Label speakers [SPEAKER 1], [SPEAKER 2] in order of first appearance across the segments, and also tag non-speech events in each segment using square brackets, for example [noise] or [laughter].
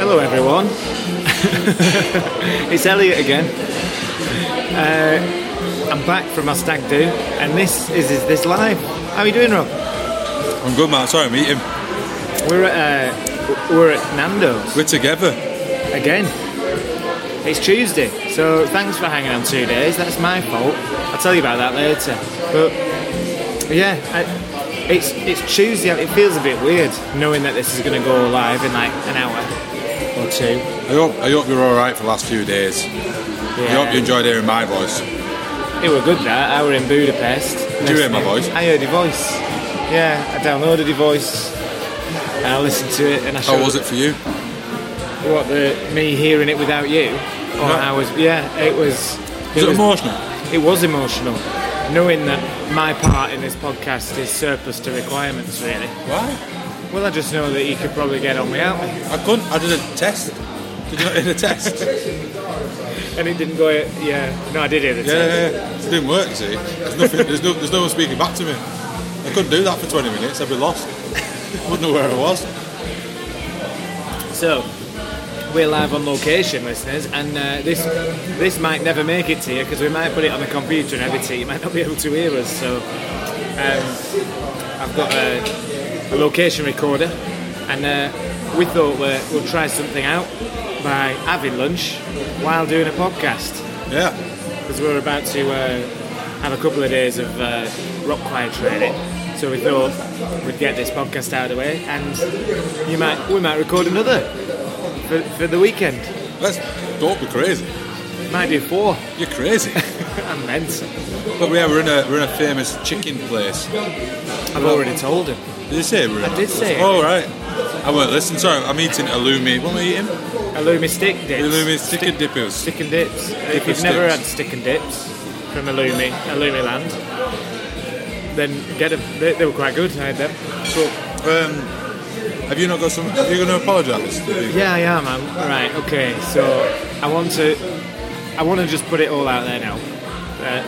[SPEAKER 1] Hello, everyone. [laughs] it's Elliot again. Uh, I'm back from my stag do, and this is is this live. How are you doing, Rob?
[SPEAKER 2] I'm good, Matt. Sorry, I'm eating.
[SPEAKER 1] We're at uh, we're at Nando's
[SPEAKER 2] We're together.
[SPEAKER 1] again. It's Tuesday, so thanks for hanging on two days. That's my fault. I'll tell you about that later. But yeah, I, it's it's Tuesday. and It feels a bit weird knowing that this is going to go live in like an hour or two.
[SPEAKER 2] I hope, I hope you're all right for the last few days. I hope you enjoyed hearing my voice.
[SPEAKER 1] It were good that. I were in Budapest.
[SPEAKER 2] Did you hear my voice?
[SPEAKER 1] I heard your voice. Yeah, I downloaded your voice and I listened to it and I showed
[SPEAKER 2] How was it for you?
[SPEAKER 1] what the me hearing it without you. Or
[SPEAKER 2] No.
[SPEAKER 1] I was yeah, it was
[SPEAKER 2] Was it
[SPEAKER 1] was,
[SPEAKER 2] emotional?
[SPEAKER 1] it was emotional. Knowing that my part in this podcast is surplus to requirements really.
[SPEAKER 2] Why?
[SPEAKER 1] Well I just know that you could probably get on without me.
[SPEAKER 2] I couldn't. I did a test. Did you not hear the test? [laughs] yeah,
[SPEAKER 1] And it didn't go yeah. No I did hear the tape.
[SPEAKER 2] yeah, yeah. It didn't work, see. There's, nothing, there's, no, there's no one speaking back to me. I couldn't do that for 20 minutes. I'd be lost. [laughs] Wouldn't know where I was.
[SPEAKER 1] So, we're live on location, listeners, and uh, this this might never make it to you because we might put it on the computer and edit it. You might not be able to hear us. So, um, I've got a, a location recorder, and uh, we thought we're, we'll try something out by having lunch while doing a podcast
[SPEAKER 2] Yeah.
[SPEAKER 1] because we're about to uh, have a couple of days of uh, rock choir training. So we thought we'd get this podcast out of the way, and you might we might record another for, for the weekend.
[SPEAKER 2] Let's don't be crazy.
[SPEAKER 1] Might do four. [laughs]
[SPEAKER 2] You're [laughs] crazy.
[SPEAKER 1] I'm meant.
[SPEAKER 2] but yeah, we're in a we're in a famous chicken place.
[SPEAKER 1] I've already told him.
[SPEAKER 2] Did you say we're in
[SPEAKER 1] I did say it.
[SPEAKER 2] Oh right. I won't listen. Sorry, I'm eating alumi. What am I eating?
[SPEAKER 1] Alumi stick dips.
[SPEAKER 2] Alumi chicken dippers.
[SPEAKER 1] Stick and dips. if you've
[SPEAKER 2] and
[SPEAKER 1] never
[SPEAKER 2] dips.
[SPEAKER 1] had stick and dips from Alumi, Alumi Land, then get them. They, they were quite good. I had them.
[SPEAKER 2] So, um, have you not got some? Are you going to apologise?
[SPEAKER 1] Yeah, I am. I'm, right. Okay. So I want to, I want to just put it all out there now. Uh,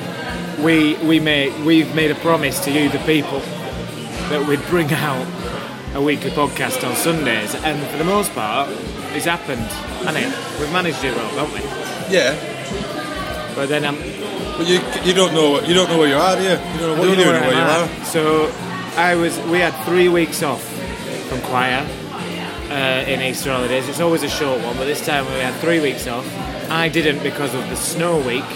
[SPEAKER 1] we we made we've made a promise to you, the people, that we'd bring out a weekly podcast on Sundays, and for the most part, it's happened. And it we've managed it well, haven't we?
[SPEAKER 2] Yeah,
[SPEAKER 1] But then I'm
[SPEAKER 2] but you you don't know what you don't know where you are, do you? You don't know
[SPEAKER 1] I
[SPEAKER 2] what you're
[SPEAKER 1] don't know where
[SPEAKER 2] doing and where you
[SPEAKER 1] I'm
[SPEAKER 2] are.
[SPEAKER 1] at. Ah. So I was. We had three weeks off from choir uh, in Easter holidays. It's always a short one, but this time we had three weeks off. I didn't because of the snow week,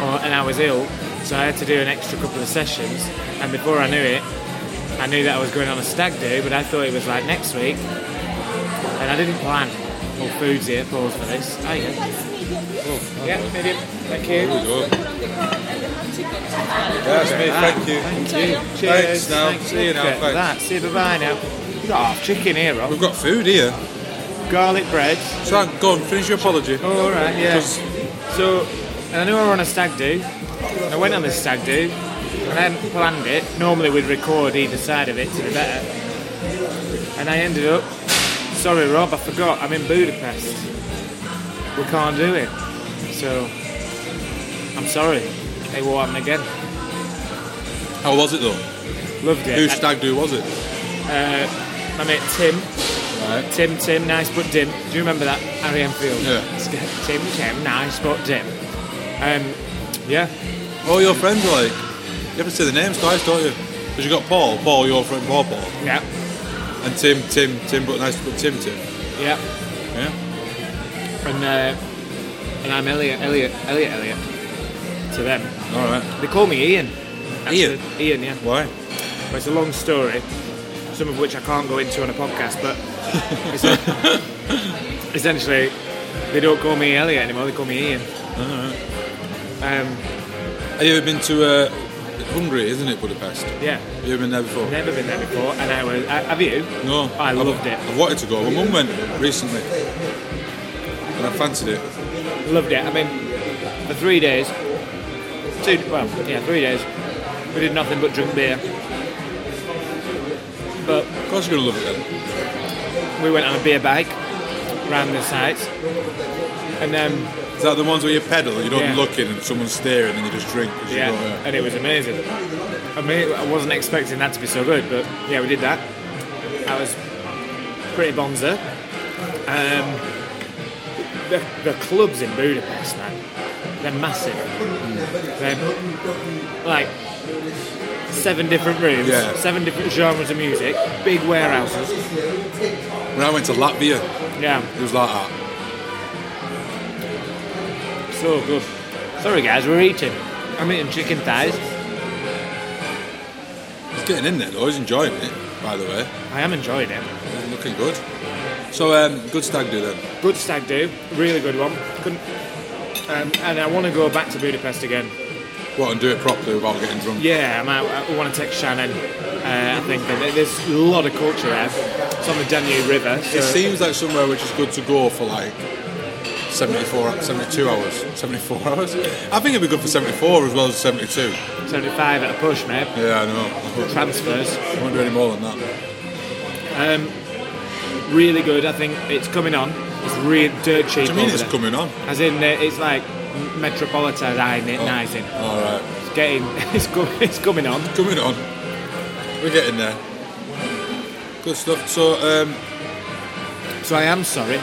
[SPEAKER 1] or, and I was ill, so I had to do an extra couple of sessions. And before I knew it, I knew that I was going on a stag do, but I thought it was like next week, and I didn't plan. All foods here. Pause for this. Oh yeah. Oh, yeah, medium. Thank you.
[SPEAKER 2] There you go. That's me. Thank you.
[SPEAKER 1] Thank you.
[SPEAKER 2] Thanks,
[SPEAKER 1] Cheers.
[SPEAKER 2] now.
[SPEAKER 1] Thank
[SPEAKER 2] See you now,
[SPEAKER 1] Look at
[SPEAKER 2] thanks.
[SPEAKER 1] That. See you. Bye bye now. We've got half chicken here, Rob.
[SPEAKER 2] We've got food here.
[SPEAKER 1] Garlic bread.
[SPEAKER 2] So I'm gone. Finish your apology.
[SPEAKER 1] All right. Yeah.
[SPEAKER 2] 'Cause-
[SPEAKER 1] So, and I knew I were on a stag do. and I went on this stag do. And I hadn't planned it. Normally we'd record either side of it to be better. And I ended up. Sorry, Rob. I forgot. I'm in Budapest. We can't do it. So, I'm sorry. It won't happen again.
[SPEAKER 2] How was it though?
[SPEAKER 1] Loved it.
[SPEAKER 2] Whose stag do was it?
[SPEAKER 1] I, I met Tim.
[SPEAKER 2] Right.
[SPEAKER 1] Tim, Tim, nice but dim. Do you remember that Harry Enfield?
[SPEAKER 2] Yeah.
[SPEAKER 1] Tim, Tim, nice but dim. Um, yeah.
[SPEAKER 2] All your friends are like. You have to say the names twice, don't you? Because you got Paul, Paul, your friend Paul, Paul,
[SPEAKER 1] Yeah.
[SPEAKER 2] and Tim, Tim, Tim, but nice, but Tim, Tim.
[SPEAKER 1] Yeah.
[SPEAKER 2] Yeah.
[SPEAKER 1] And uh, and I'm Elliot, Elliot, Elliot, Elliot. To them,
[SPEAKER 2] All right.
[SPEAKER 1] they call me Ian.
[SPEAKER 2] Ian?
[SPEAKER 1] Actually, Ian, yeah.
[SPEAKER 2] Why?
[SPEAKER 1] Well, it's a long story, some of which I can't go into on a podcast, but it's-
[SPEAKER 2] [laughs]
[SPEAKER 1] essentially, they don't call me Elliot anymore. They call me Ian.
[SPEAKER 2] Uh-huh.
[SPEAKER 1] Um,
[SPEAKER 2] Have you ever been to uh, Hungary? Isn't it Budapest?
[SPEAKER 1] yeah.
[SPEAKER 2] Have you ever been there before?
[SPEAKER 1] Never been there before, and I was. I- Have you?
[SPEAKER 2] No,
[SPEAKER 1] I
[SPEAKER 2] I've-
[SPEAKER 1] loved it.
[SPEAKER 2] I've wanted to go. My mum went recently, and I fancied it.
[SPEAKER 1] Loved it. I mean, for three days, two, well, yeah, three days, we did nothing but drink beer. But
[SPEAKER 2] Of course, you're gonna love it then.
[SPEAKER 1] we went on a beer bike round the sites, and then
[SPEAKER 2] Is that the ones where you pedal, you don't
[SPEAKER 1] Yeah.
[SPEAKER 2] look in, and someone's staring, and you just drink? As
[SPEAKER 1] yeah,
[SPEAKER 2] You go, yeah.
[SPEAKER 1] and it was amazing. I mean, I wasn't expecting that to be so good, but yeah, we did that. I was pretty bonza. Um, the, the clubs in Budapest, man, they're massive. They're like seven different rooms,
[SPEAKER 2] Yeah.
[SPEAKER 1] seven different genres of music, big warehouses.
[SPEAKER 2] When I went to Latvia,
[SPEAKER 1] Yeah,
[SPEAKER 2] it was like that.
[SPEAKER 1] so good. Sorry, guys, we're eating. I'm eating chicken thighs.
[SPEAKER 2] It's getting in there though, he's enjoying it, by the way.
[SPEAKER 1] I am enjoying it.
[SPEAKER 2] It's looking good. So, um, good stag do then.
[SPEAKER 1] Good stag do, really good one. Couldn't, um, and I want to go back to Budapest again.
[SPEAKER 2] What, and do it properly without getting drunk?
[SPEAKER 1] Yeah, I, might, I want to take Shannon. Uh, I think that there's a lot of culture there. It's on the Danube River. So
[SPEAKER 2] It seems like somewhere which is good to go for like 74, 72 hours. 74 [laughs] hours? I think it'd be good for 74 as well as 72.
[SPEAKER 1] 75 at a push, mate.
[SPEAKER 2] Yeah, I know.
[SPEAKER 1] Transfers.
[SPEAKER 2] I won't do any more than that.
[SPEAKER 1] Really good. I think it's coming on. It's really dirt cheap.
[SPEAKER 2] Do you mean
[SPEAKER 1] over
[SPEAKER 2] it's
[SPEAKER 1] there.
[SPEAKER 2] coming Oh. on?
[SPEAKER 1] As in, uh, it's like metropolitanizing.
[SPEAKER 2] Alright.
[SPEAKER 1] It's getting, [laughs] it's, go, it's coming on.
[SPEAKER 2] Coming on. We're getting there. Good stuff. So, um,
[SPEAKER 1] So I am sorry.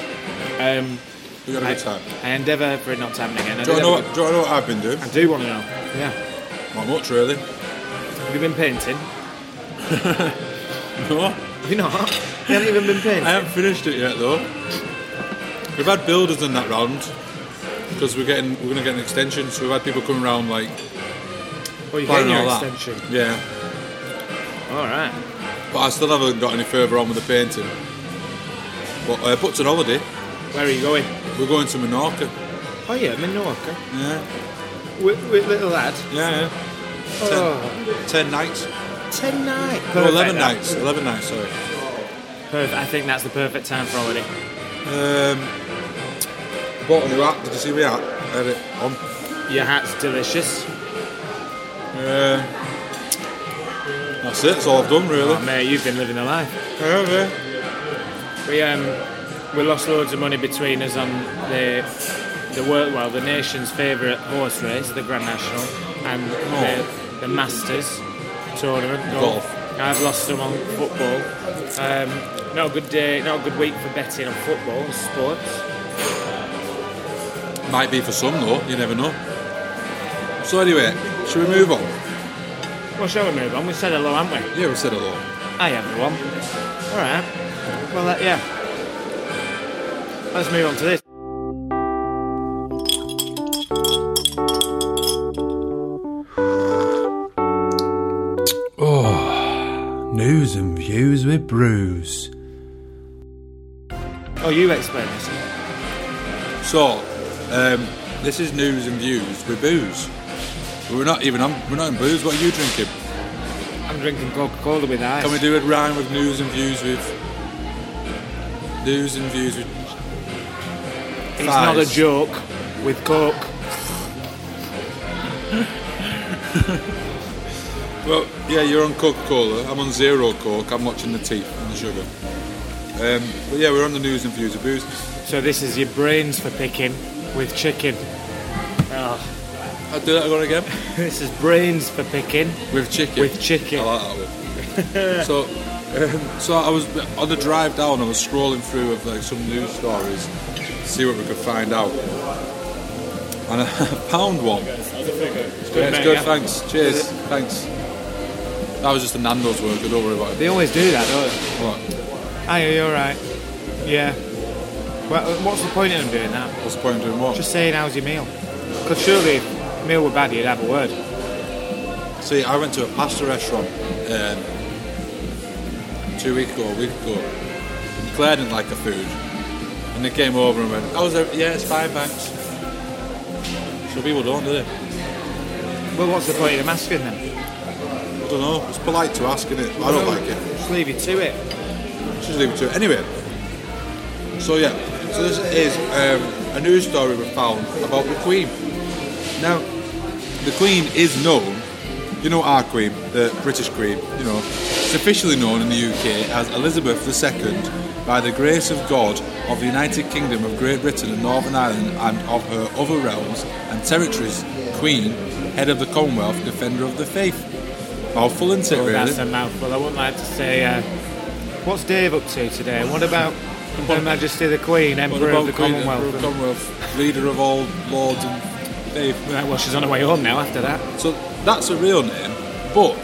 [SPEAKER 1] Um,
[SPEAKER 2] we got a
[SPEAKER 1] I,
[SPEAKER 2] good time.
[SPEAKER 1] I endeavour for it not to happen again. I
[SPEAKER 2] Do you
[SPEAKER 1] did
[SPEAKER 2] know
[SPEAKER 1] have a
[SPEAKER 2] what, do you know what I've been doing?
[SPEAKER 1] good- I do want to know. Yeah.
[SPEAKER 2] Not much, really.
[SPEAKER 1] Have you been painting?
[SPEAKER 2] [laughs] No.
[SPEAKER 1] Have you not? You haven't even been painting.
[SPEAKER 2] I haven't finished it yet, though. We've had builders in that round because we're getting we're gonna get an extension. So we've had people coming around like
[SPEAKER 1] Well, you're Oh,
[SPEAKER 2] planning
[SPEAKER 1] getting your
[SPEAKER 2] all that.
[SPEAKER 1] extension.
[SPEAKER 2] Yeah,
[SPEAKER 1] All right.
[SPEAKER 2] but I still haven't got any further on with the painting. But uh, but it's an holiday.
[SPEAKER 1] Where are you going?
[SPEAKER 2] We're going to Menorca.
[SPEAKER 1] Oh, yeah, Minorca.
[SPEAKER 2] Yeah,
[SPEAKER 1] With, with little lad.
[SPEAKER 2] yeah,
[SPEAKER 1] Oh,
[SPEAKER 2] yeah. Ten nights.
[SPEAKER 1] ten night.
[SPEAKER 2] No, eleven
[SPEAKER 1] Perfect.
[SPEAKER 2] nights. Eleven nights. Sorry.
[SPEAKER 1] Perfect. I think that's the perfect time for holiday.
[SPEAKER 2] Um, bought a new hat. Did you see my hat? I had it on.
[SPEAKER 1] Your hat's delicious.
[SPEAKER 2] Uh, that's it. That's all I've done really.
[SPEAKER 1] Oh, mate, you've been living the life.
[SPEAKER 2] Yeah, yeah.
[SPEAKER 1] We um, we lost loads of money between us on the the world, well, the nation's favourite horse race, the Grand National, and the, the Masters tournament.
[SPEAKER 2] Golf.
[SPEAKER 1] I've lost some on football. Um, not a good day, not a good week for betting on football and sports.
[SPEAKER 2] Might be for some though, you never know. So anyway, should we move on?
[SPEAKER 1] Well, shall we move on? We said hello, haven't we?
[SPEAKER 2] Yeah, we said hello.
[SPEAKER 1] Hi, everyone. All right. Well, that, yeah. Let's move on to this.
[SPEAKER 3] News and views with Bruce.
[SPEAKER 1] Oh, you explain this.
[SPEAKER 2] So, um, this is news and views with booze. We're not even on, we're not in booze. What are you drinking?
[SPEAKER 1] I'm drinking Coca-Cola with ice.
[SPEAKER 2] Can we do a rhyme with news and views with news and views with?
[SPEAKER 1] it's not a
[SPEAKER 2] thighs?
[SPEAKER 1] joke with Coke.
[SPEAKER 2] Well, yeah, you're on Coca-Cola. I'm on zero Coke. I'm watching the tea and the sugar. Um, but yeah, we're on the news and views with booze.
[SPEAKER 1] So this is your brains for picking with chicken. Oh,
[SPEAKER 2] I'll do that one again
[SPEAKER 1] this is brains for picking.
[SPEAKER 2] with chicken.
[SPEAKER 1] With chicken.
[SPEAKER 2] I like that one. [laughs] so, um, so I was on the drive down. I was scrolling through of like some news stories, to see what we could find out, and I [laughs] found one. Yeah, it's
[SPEAKER 1] mate,
[SPEAKER 2] good.
[SPEAKER 1] yeah.
[SPEAKER 2] Thanks. Cheers. Thanks. That was just a Nando's worker. Don't worry about it.
[SPEAKER 1] They always do that, don't
[SPEAKER 2] All right,
[SPEAKER 1] they? Aye, are you all right? Yeah. Well, uh, what's the point of them doing that?
[SPEAKER 2] What's the point of doing what?
[SPEAKER 1] Just saying, how's your meal? Because surely, if meal were bad, you'd have a word.
[SPEAKER 2] See, I went to a pasta restaurant um, two weeks ago, a week ago. And Claire didn't like the food, and they came over and went, "I was there, yeah, it's fine, thanks." So people don't, do they?
[SPEAKER 1] Well, what's the point of them asking then?
[SPEAKER 2] I don't know. It's polite to ask, isn't it? I don't like it.
[SPEAKER 1] Just leave you to it.
[SPEAKER 2] Just leave it to it. Anyway, so yeah, so this is um, a news story we found about the Queen. Now, the Queen is known, you know, our Queen, the British Queen, you know, it's officially known in the UK as Elizabeth II by the grace of God of the United Kingdom of Great Britain and Northern Ireland and of her other realms and territories, Queen, head of the Commonwealth, defender of the faith. Mouthful,
[SPEAKER 1] Oh,
[SPEAKER 2] isn't it, really?
[SPEAKER 1] That's a mouthful. I wouldn't like to say. Uh, what's Dave up to today? What about Her Majesty the Queen,
[SPEAKER 2] What
[SPEAKER 1] Emperor of
[SPEAKER 2] about
[SPEAKER 1] the
[SPEAKER 2] Queen,
[SPEAKER 1] Commonwealth.
[SPEAKER 2] Emperor of Commonwealth, leader of all lords and they've-
[SPEAKER 1] Right, well, she's on her way home now after that.
[SPEAKER 2] So that's a real name, but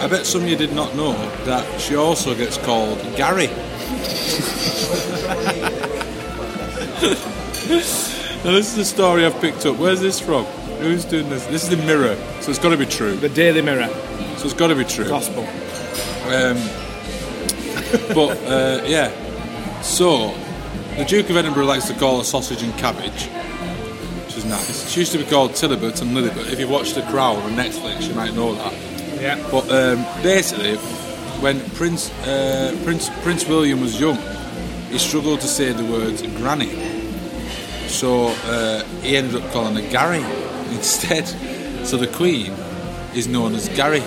[SPEAKER 2] I bet some of you did not know that she also gets called Gary. [laughs] now this is a story I've picked up. Where's this from? Who's doing this? This is the Mirror, so it's got to be true.
[SPEAKER 1] The Daily Mirror,
[SPEAKER 2] So it's got to be true.
[SPEAKER 1] gospel.
[SPEAKER 2] Um, but uh, yeah, so the Duke of Edinburgh likes to call her sausage and cabbage, which is nice. She used to be called Tillibut and Lillibut. If you've watched The Crown on Netflix, you might know that.
[SPEAKER 1] Yeah.
[SPEAKER 2] But um, basically, when Prince uh, Prince Prince William was young, he struggled to say the words granny, so uh, he ended up calling her Gary [laughs] instead. So the Queen is known as Gary.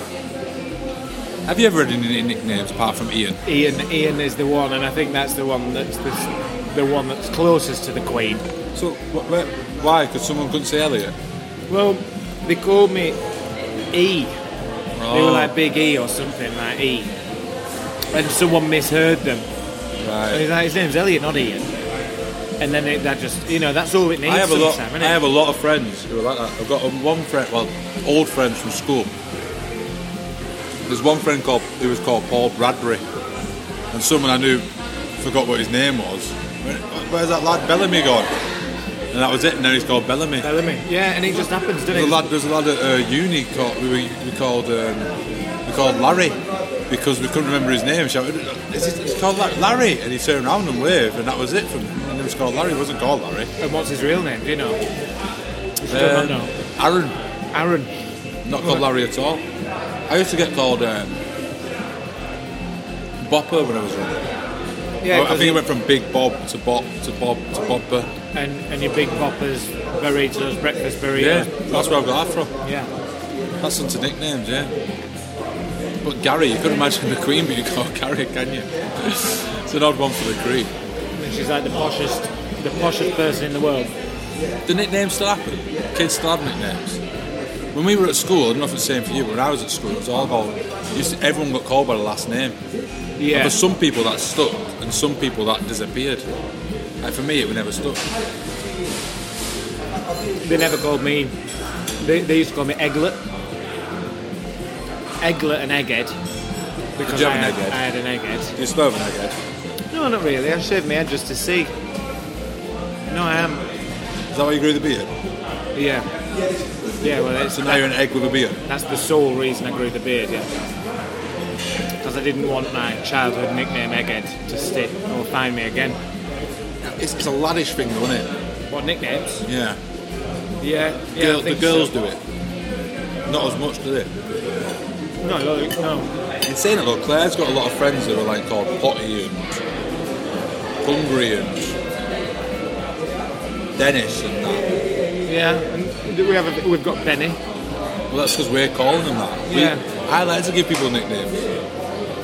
[SPEAKER 2] Have you ever had any nicknames apart from Ian?
[SPEAKER 1] Ian, Ian is the one, and I think that's the one that's the, the one that's closest to the Queen.
[SPEAKER 2] So wh- wh- why? Because someone couldn't say Elliot.
[SPEAKER 1] Well, they called me E. They
[SPEAKER 2] Oh.
[SPEAKER 1] were like Big E or something like E, and someone misheard them. And
[SPEAKER 2] Right.
[SPEAKER 1] he's like, his name's Elliot, not Ian. And then it, that just, you know, that's all it needs.
[SPEAKER 2] I have a lot.
[SPEAKER 1] sometime,
[SPEAKER 2] I
[SPEAKER 1] innit?
[SPEAKER 2] have a lot of friends who are like that. I've got um, one friend, well, old friends from school. There's one friend called who was called Paul Bradbury, and someone I knew forgot what his name was. Where- Where's that lad Bellamy gone? And that was it. And then he's called Bellamy.
[SPEAKER 1] Bellamy. Yeah, and it just happens, doesn't
[SPEAKER 2] There's
[SPEAKER 1] it?
[SPEAKER 2] a lad, there's a lad at uh, uni called we, were, we called um, we called Larry because we couldn't remember his name. So is it, it's called La- Larry, and he turned around and waved, and that was it. From and it was called Larry. It wasn't called Larry.
[SPEAKER 1] And what's his real name? Do you know? Still not
[SPEAKER 2] Um,
[SPEAKER 1] know.
[SPEAKER 2] Aaron,
[SPEAKER 1] Aaron.
[SPEAKER 2] not called Larry at all. I used to get called um, Bopper when I was young.
[SPEAKER 1] Yeah,
[SPEAKER 2] oh, I
[SPEAKER 1] 'cause
[SPEAKER 2] think it went from Big Bob to Bob to Bob to Bopper.
[SPEAKER 1] and, and your big poppers, burritos, breakfast
[SPEAKER 2] Yeah,
[SPEAKER 1] burritos.
[SPEAKER 2] that's where I got that from.
[SPEAKER 1] Yeah.
[SPEAKER 2] That's into nicknames, yeah. But Gary, you could imagine the Queen being called [laughs] Gary, can you? it's an odd one for the Queen.
[SPEAKER 1] And she's like the poshest, the poshest person in the world.
[SPEAKER 2] The nicknames still happen. Kids still have nicknames. When we were at school, I don't know if it's the same for you, but when I was at school, it was all about used to- everyone got called by the last name.
[SPEAKER 1] Yeah.
[SPEAKER 2] For some people that stuck, and some people that disappeared. Like for me, it would never stuck.
[SPEAKER 1] They never called me. They, they used to call me Egglet. Egglet and Egghead. Because
[SPEAKER 2] you
[SPEAKER 1] I, had,
[SPEAKER 2] have an egghead?
[SPEAKER 1] I had an egghead.
[SPEAKER 2] You still have an egghead.
[SPEAKER 1] No, not really. I shaved my head just to see. No, I am.
[SPEAKER 2] Is that why you grew the beard?
[SPEAKER 1] Yeah. Yeah, well, that's,
[SPEAKER 2] So now you're an egg with a beard.
[SPEAKER 1] that's the sole reason I grew the beard, yeah. Because I didn't want my childhood nickname Egghead to stick or find me again.
[SPEAKER 2] It's, it's a laddish thing, though, isn't it?
[SPEAKER 1] What nicknames?
[SPEAKER 2] Yeah.
[SPEAKER 1] Yeah. yeah I
[SPEAKER 2] Girl, the
[SPEAKER 1] think
[SPEAKER 2] girls
[SPEAKER 1] so.
[SPEAKER 2] do it. Not as much, do they?
[SPEAKER 1] No, no, no.
[SPEAKER 2] In saying that, though, Claire's got a lot of friends that are like called Potty and Hungry and Dennis and that.
[SPEAKER 1] Yeah. And we have a, we've got Benny.
[SPEAKER 2] Well, that's because we're calling them that. We-
[SPEAKER 1] Yeah.
[SPEAKER 2] I like to give people nicknames.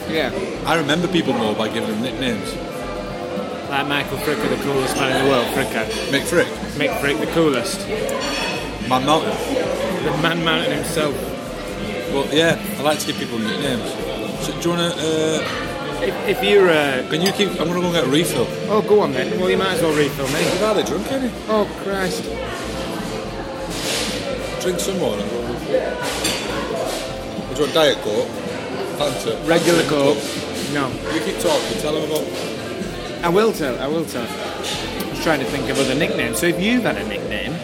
[SPEAKER 1] Yeah.
[SPEAKER 2] I remember people more by giving them nicknames.
[SPEAKER 1] Like Michael Fricker, the coolest man in the world, Fricker.
[SPEAKER 2] Mick Frick,
[SPEAKER 1] Mick Frick, the coolest.
[SPEAKER 2] Man Mountain.
[SPEAKER 1] The man mountain himself.
[SPEAKER 2] But yeah, I like to give people nicknames. So, do you wanna? Uh,
[SPEAKER 1] If, if you're uh,
[SPEAKER 2] can you keep? I'm gonna go and get a refill.
[SPEAKER 1] Oh, go on then. Well, you might as well refill me.
[SPEAKER 2] You've hardly drunk any.
[SPEAKER 1] Oh, Christ.
[SPEAKER 2] Drink some more. And we'll... Do you want diet coke? Fanta.
[SPEAKER 1] Regular Coke. No.
[SPEAKER 2] You keep talking. Tell them about.
[SPEAKER 1] I will tell, I will tell. I was trying to think of other nicknames. So if you've had a nickname,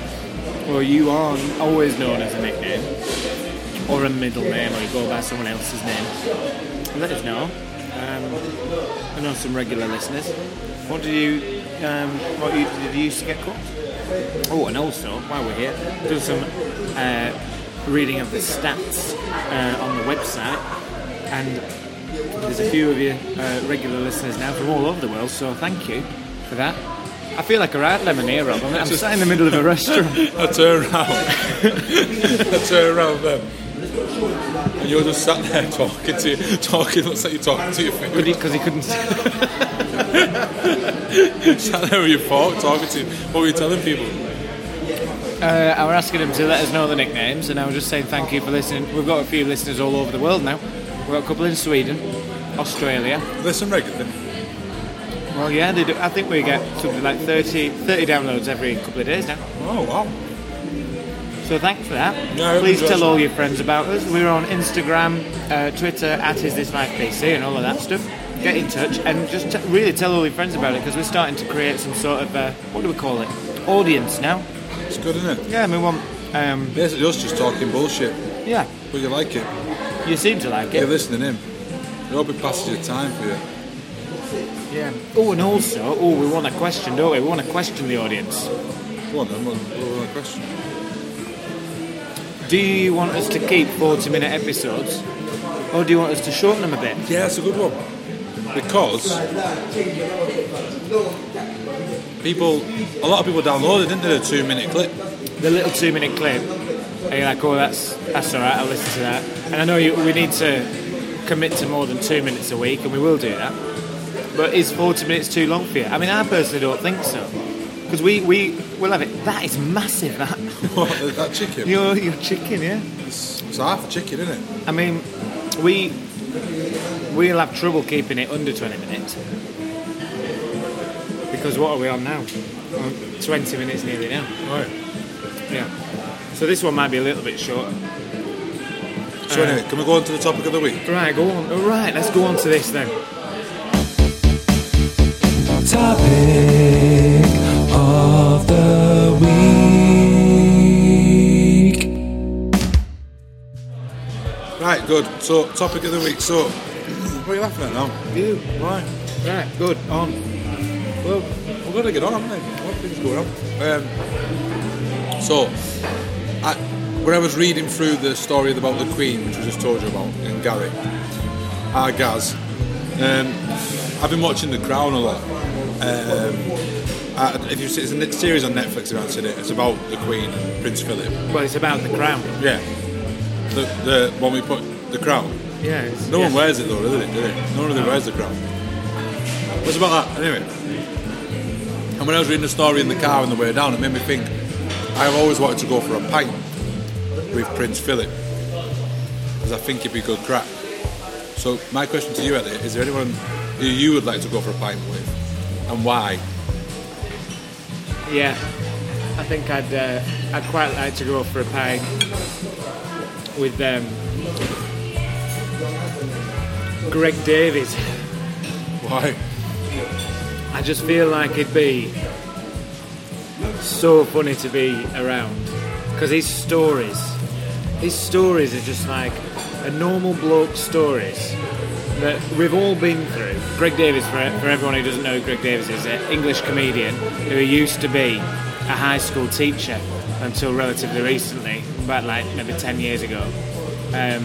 [SPEAKER 1] or you are always known as a nickname, or a middle name, or you go by someone else's name, let us know. Um, I know some regular listeners. What did you, um, what you, did you used to get called? Oh, and also, while we're here, do some uh, reading of the stats uh, on the website. And there's a few of you uh, regular listeners now from all over the world, so thank you for that. I feel like a right lemon here, Rob. I'm, I'm sat in the middle of a restaurant.
[SPEAKER 2] I turn around. I turn around then. And you're just sat there talking to you, talking, looks like you're talking to your food.
[SPEAKER 1] Because he, couldn't see.
[SPEAKER 2] [laughs] sat there with your fork talking to you. What were you telling people?
[SPEAKER 1] Uh, I were asking him to let us know the nicknames, and I was just saying thank you for listening. We've got a few listeners all over the world now. We've got a couple in Sweden, Australia,
[SPEAKER 2] Listen regularly.
[SPEAKER 1] we've Well, yeah, they do. I think we get something like 30, 30 downloads every couple of days now.
[SPEAKER 2] Oh, wow.
[SPEAKER 1] So thanks for that.
[SPEAKER 2] Yeah, it
[SPEAKER 1] Please
[SPEAKER 2] was
[SPEAKER 1] tell
[SPEAKER 2] awesome.
[SPEAKER 1] all your friends about us. We're on Instagram, uh, Twitter, at Is This Life PC, and all of that stuff. Get in touch and just t- really tell all your friends about it because we're starting to create some sort of uh, what do we call it? Audience now.
[SPEAKER 2] It's good, isn't it?
[SPEAKER 1] Yeah, and we want. Um,
[SPEAKER 2] Basically, us just talking bullshit,
[SPEAKER 1] yeah,
[SPEAKER 2] but you like it.
[SPEAKER 1] you seem to like
[SPEAKER 2] You're
[SPEAKER 1] it.
[SPEAKER 2] listening in. I hope it passes your time for you.
[SPEAKER 1] Yeah. Oh, and also, oh, we want a question, don't we? We want to question the audience.
[SPEAKER 2] Go on then, what, what was the question?
[SPEAKER 1] Do you want us to keep 40 minute episodes or do you want us to shorten them a bit?
[SPEAKER 2] Yeah, that's a good one. Because people, a lot of people downloaded, didn't they, the two minute clip? [laughs]
[SPEAKER 1] the little two minute clip, and you're like, oh, that's that's all right. I'll listen to that. And I know you, we need to commit to more than two minutes a week, and we will do that. But is 40 minutes too long for you? I mean, I personally don't think so. Because we, we, we'll have it. That is massive, that. [laughs]
[SPEAKER 2] that chicken.
[SPEAKER 1] your, your chicken, yeah?
[SPEAKER 2] It's, it's half a chicken, isn't it?
[SPEAKER 1] I mean, we, we'll have trouble keeping it under 20 minutes. Because what are we on now? Um, 20 minutes nearly now. Oh,
[SPEAKER 2] Right.
[SPEAKER 1] Yeah. So this one might be a little bit shorter.
[SPEAKER 2] So, anyway, can we go on to the topic of the week?
[SPEAKER 1] Right, go on. All right, let's go on to this then.
[SPEAKER 3] Topic of the week.
[SPEAKER 2] Right, good. So, topic of the week. So, [clears throat] what are you laughing at now?
[SPEAKER 1] You.
[SPEAKER 2] Why?
[SPEAKER 1] Right, good. On.
[SPEAKER 2] Well, we're going to get on, haven't we? What things going on? Um, so, I, when I was reading through the story about the Queen, which I just told you about, and Gary, our Gaz, um, I've been watching The Crown a lot. Um, I, if you see, it's a net- series on Netflix around today. It's about the Queen and Prince Philip.
[SPEAKER 1] Well, it's about the crown.
[SPEAKER 2] Yeah, the the one we put the crown.
[SPEAKER 1] Yeah. It's,
[SPEAKER 2] No one
[SPEAKER 1] yeah.
[SPEAKER 2] wears it though, does it? Do they? No one really wears the crown. What's about that? Anyway. And when I was reading the story in the car on the way down, it made me think I've always wanted to go for a pint with Prince Philip. Because I think it'd be good crack. So my question to you, Ellie, is there anyone who you would like to go for a pint with? And why? [laughs]
[SPEAKER 1] Yeah. I think I'd uh, I'd quite like to go for a pint with um, Greg Davies.
[SPEAKER 2] Why?
[SPEAKER 1] I just feel like it'd be so funny to be around because his stories, his stories are just like a normal bloke's stories that we've all been through. Greg Davies, for, for everyone who doesn't know who Greg Davies is, an English comedian who used to be a high school teacher until relatively recently, about like maybe 10 years ago. Um,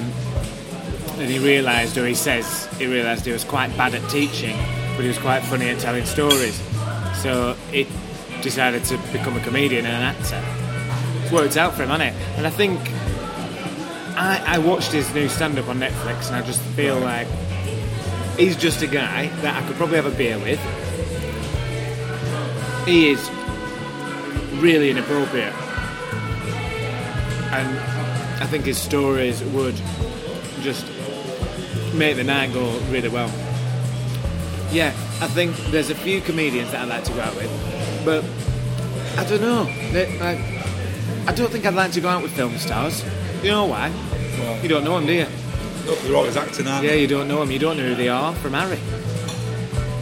[SPEAKER 1] and he realised, or he says, he realised he was quite bad at teaching, but he was quite funny at telling stories. So he decided to become a comedian and an actor. It's worked out for him, hasn't it? And I think I, I watched his new stand-up on Netflix, and I just feel like he's just a guy that I could probably have a beer with. He is really inappropriate, and I think his stories would just make the night go really well. Yeah, I think there's a few comedians that I'd like to go out with, but I don't know. They, like, I don't think I'd like to go out with film stars. You know why? You don't know them, do you?
[SPEAKER 2] Look, they're always acting, aren't
[SPEAKER 1] Yeah,
[SPEAKER 2] they?
[SPEAKER 1] you don't know them. You don't know who they are from Harry.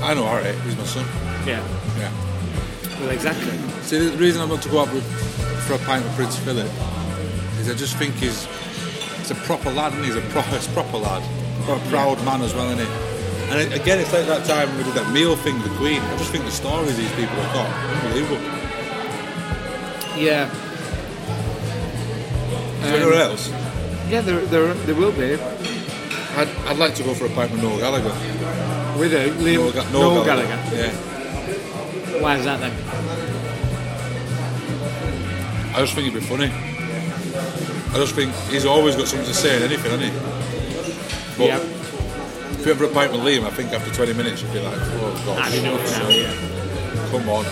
[SPEAKER 2] I know, alright, he's my son.
[SPEAKER 1] Yeah.
[SPEAKER 2] Yeah.
[SPEAKER 1] Well, exactly.
[SPEAKER 2] See, the reason I want to go out with, for a pint with Prince Philip is I just think he's he's a proper lad, and he's a proper, he's a proper lad, proper proud man as well, isn't he? And it, again, it's like that time when we did that meal thing, with the Queen. I just think the stories these people have got, unbelievable.
[SPEAKER 1] Yeah.
[SPEAKER 2] Is there anyone else?
[SPEAKER 1] Yeah, there, there, there will be.
[SPEAKER 2] I'd, I'd like to go for a pint with Noel Gallagher.
[SPEAKER 1] With who? Liam,
[SPEAKER 2] Ga-
[SPEAKER 1] Noel Gallagher.
[SPEAKER 2] Yeah,
[SPEAKER 1] Why is that then?
[SPEAKER 2] I just think it'd be funny. I just think he's always got something to say in anything, hasn't he? But
[SPEAKER 1] yeah.
[SPEAKER 2] if you ever a pint with Liam, I think after 20 minutes you'd be like, oh god,
[SPEAKER 1] I don't know now. Yeah.
[SPEAKER 2] Come on.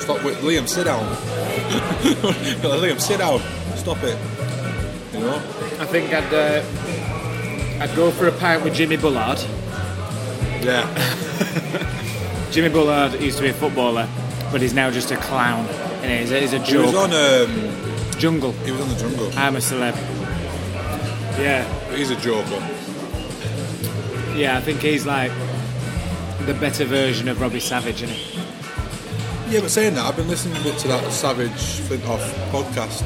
[SPEAKER 2] Stop with Liam, sit down. [laughs] Liam, sit down. Stop it. You know?
[SPEAKER 1] I think I'd, uh, I'd go for a pint with Jimmy Bullard.
[SPEAKER 2] Yeah.
[SPEAKER 1] Jimmy Bullard used to be a footballer, but he's now just a clown. And he's a, he's a
[SPEAKER 2] He was
[SPEAKER 1] joke.
[SPEAKER 2] on um,
[SPEAKER 1] Jungle.
[SPEAKER 2] he was on the jungle.
[SPEAKER 1] I'm a celeb. Yeah,
[SPEAKER 2] He's a joker.
[SPEAKER 1] yeah. I think he's like the better version of Robbie Savage, isn't he?
[SPEAKER 2] Yeah, but saying that, I've been listening a bit to that Savage Flint Off podcast,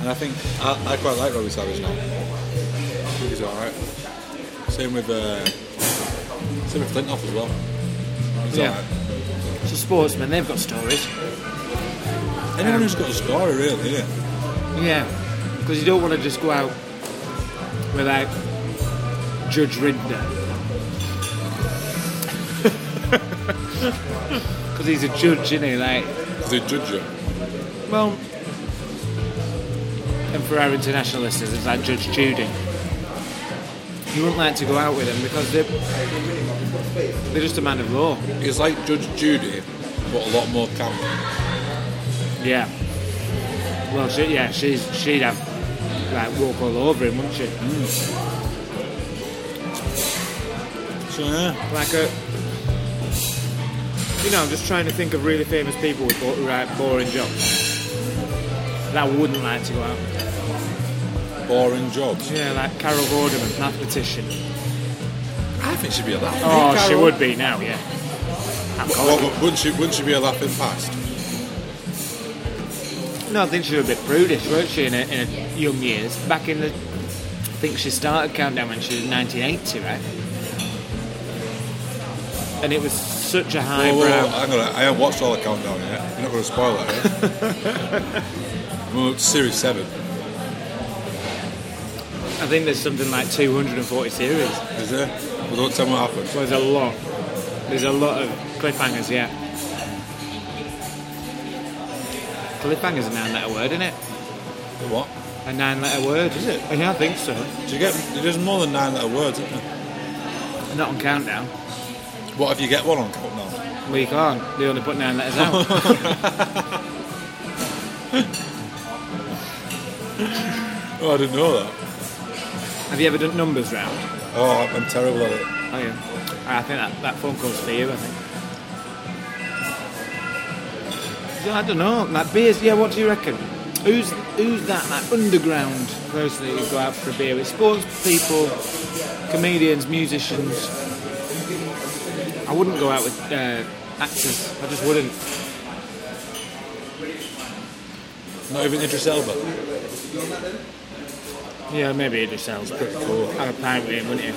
[SPEAKER 2] and I think I, I quite like Robbie Savage now. He's all right. Same with uh, same with Flint Off as well. He's
[SPEAKER 1] Yeah.
[SPEAKER 2] all right.
[SPEAKER 1] So sportsmen, they've got stories.
[SPEAKER 2] Anyone who's got a story, really, yeah.
[SPEAKER 1] Yeah, because you don't want to just go out without Judge [laughs] Rinder. Because he's a judge, isn't he? Like,
[SPEAKER 2] They judge you.
[SPEAKER 1] well, and for our international listeners, it's like Judge Judy. You wouldn't like to go out with him because they're, they're just a man of law.
[SPEAKER 2] He's like Judge Judy, but a lot more camp.
[SPEAKER 1] Yeah. Well, she, yeah, she's she'd have like walk all over him, wouldn't she?
[SPEAKER 2] So yeah,
[SPEAKER 1] like a you know I'm just trying to think of really famous people with bo- right, boring jobs that I wouldn't like to go out
[SPEAKER 2] boring jobs.
[SPEAKER 1] yeah like Carol Vorderman mathematician
[SPEAKER 2] I think she'd be a laughing.
[SPEAKER 1] oh she would be now yeah I'm
[SPEAKER 2] Well,
[SPEAKER 1] calling.
[SPEAKER 2] but wouldn't she? Wouldn't she be a laughing past?
[SPEAKER 1] no I think she was a bit prudish weren't she in her, in her young years back in the I think she started Countdown when she was 1980 right and it was such a high
[SPEAKER 2] Whoa, whoa, whoa,
[SPEAKER 1] brow
[SPEAKER 2] hang on, I haven't watched all the countdown yet. You're not going to spoil that, yeah? well, it's series seven.
[SPEAKER 1] I think there's something like 240 series
[SPEAKER 2] Is there? Well, don't tell me what happened.
[SPEAKER 1] Well, there's a lot. There's a lot of cliffhangers, yeah. Cliffhanger's a nine-letter word, isn't it?
[SPEAKER 2] What?
[SPEAKER 1] A nine-letter word, is it? Yeah, I think so.
[SPEAKER 2] Do you get? There's more than nine letter words, isn't there?
[SPEAKER 1] Not on countdown.
[SPEAKER 2] What if you get one on countdown?
[SPEAKER 1] Well, you can't. They only put nine letters [laughs] out.
[SPEAKER 2] Oh, I didn't know that.
[SPEAKER 1] Have you ever done numbers round?
[SPEAKER 2] Oh, I'm terrible at it.
[SPEAKER 1] Oh yeah. I think that, that phone call's for you. I think. Yeah, I don't know. That beer's. Yeah, what do you reckon? Who's who's that? That underground person that you go out for a beer with? Sports people, comedians, musicians. I wouldn't go out with uh, actors. I just wouldn't.
[SPEAKER 2] Not even Idris Elba.
[SPEAKER 1] Yeah, maybe Idris Elba.
[SPEAKER 2] Pretty cool.
[SPEAKER 1] I'd have a pint with him, wouldn't you?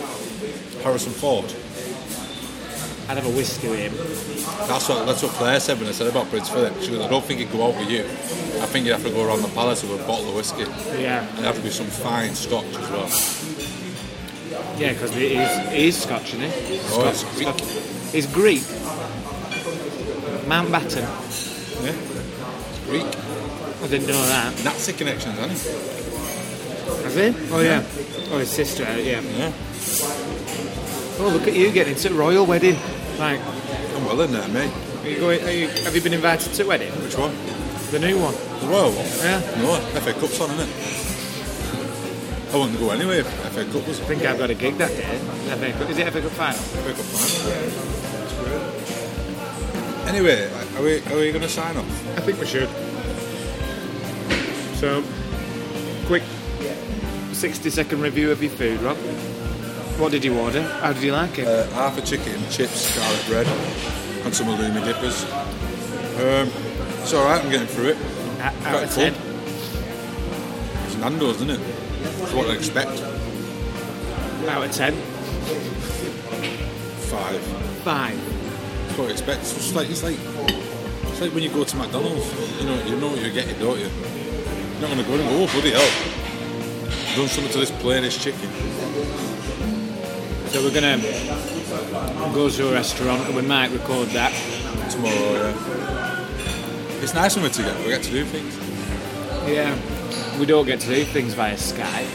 [SPEAKER 2] Harrison Ford.
[SPEAKER 1] I'd have a whiskey with him.
[SPEAKER 2] That's what that's what Claire said when I said about Prince Philip. She goes, I don't think he'd go out with you. I think you'd have to go around the palace with a bottle of whiskey.
[SPEAKER 1] Yeah.
[SPEAKER 2] It'd have to be some fine scotch as well.
[SPEAKER 1] Yeah, because he is, he is Scotch, isn't he?
[SPEAKER 2] Oh, it's Greek.
[SPEAKER 1] Scotch. He's Greek. Mountbatten.
[SPEAKER 2] Yeah. It's Greek.
[SPEAKER 1] I didn't know that.
[SPEAKER 2] Nazi connections, hasn't he?
[SPEAKER 1] Has he? Oh, yeah. Oh, his sister, yeah.
[SPEAKER 2] Yeah.
[SPEAKER 1] Oh, look at you getting into a royal wedding. Like,
[SPEAKER 2] I'm well in there, mate.
[SPEAKER 1] are you going, are you, have you been invited to a wedding?
[SPEAKER 2] Which one?
[SPEAKER 1] The new one?
[SPEAKER 2] The Royal one?
[SPEAKER 1] Yeah.
[SPEAKER 2] No, FA Cup's on, innit? I wouldn't go anyway if FA Cup was
[SPEAKER 1] I think I've got a gig that day. FA Cup- Is it FA Cup final?
[SPEAKER 2] FA Cup man. Anyway, are we are we gonna sign off?
[SPEAKER 1] I think we should. So, quick 60 second review of your food, Rob. What did you order? How did you like it?
[SPEAKER 2] Uh, half a chicken, chips, garlic bread, and some aluminium dippers. Um, it's all right. I'm getting through it.
[SPEAKER 1] Uh, Out- out
[SPEAKER 2] quite
[SPEAKER 1] of
[SPEAKER 2] cool.
[SPEAKER 1] 10?
[SPEAKER 2] It's Nando's, isn't it? It's what I expect.
[SPEAKER 1] Out of 10?
[SPEAKER 2] Five.
[SPEAKER 1] 5.
[SPEAKER 2] It's what I expect. It's just like it's like it's like when you go to McDonald's. You know you know what you're getting, don't you? You're not gonna go in and go, oh bloody hell! I've done something to this plainish chicken.
[SPEAKER 1] So we're gonna go to a restaurant and we might record that.
[SPEAKER 2] tomorrow. Yeah. It's nice when we're together. We get to do things.
[SPEAKER 1] Yeah. We don't get to do things via Skype.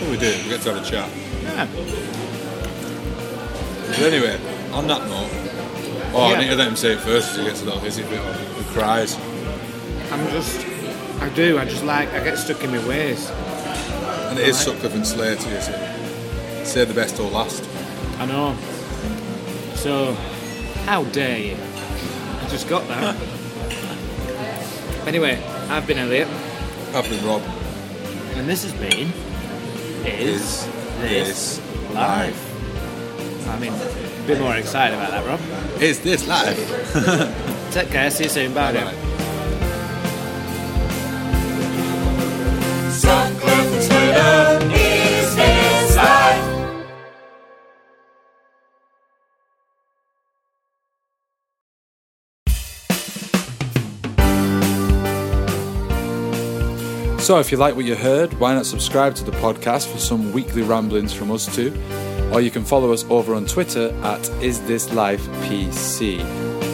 [SPEAKER 2] Well, we do. We get to have a chat.
[SPEAKER 1] Yeah.
[SPEAKER 2] But anyway, on that note, oh,
[SPEAKER 1] Yeah.
[SPEAKER 2] I need to let him say it first. 'cause He gets a little hissy bit. He cries.
[SPEAKER 1] I'm just I do, I just like I get stuck in my ways.
[SPEAKER 2] And it is Sutcliffe and Slater. You see. Say the best or last.
[SPEAKER 1] I know. So, how dare you? I just got that. anyway, I've been Elliot,
[SPEAKER 2] Happening, Rob.
[SPEAKER 1] and this has been
[SPEAKER 2] Is
[SPEAKER 1] is this
[SPEAKER 2] this
[SPEAKER 1] life? I mean, a bit more excited about that, Rob.
[SPEAKER 2] Is this life?
[SPEAKER 1] Take care. See you soon. Bye. now.
[SPEAKER 2] Right.
[SPEAKER 4] Is this life?
[SPEAKER 2] So, if you like what you heard, why not subscribe to the podcast for some weekly ramblings from us too? Or you can follow us over on Twitter at Is This Life PC.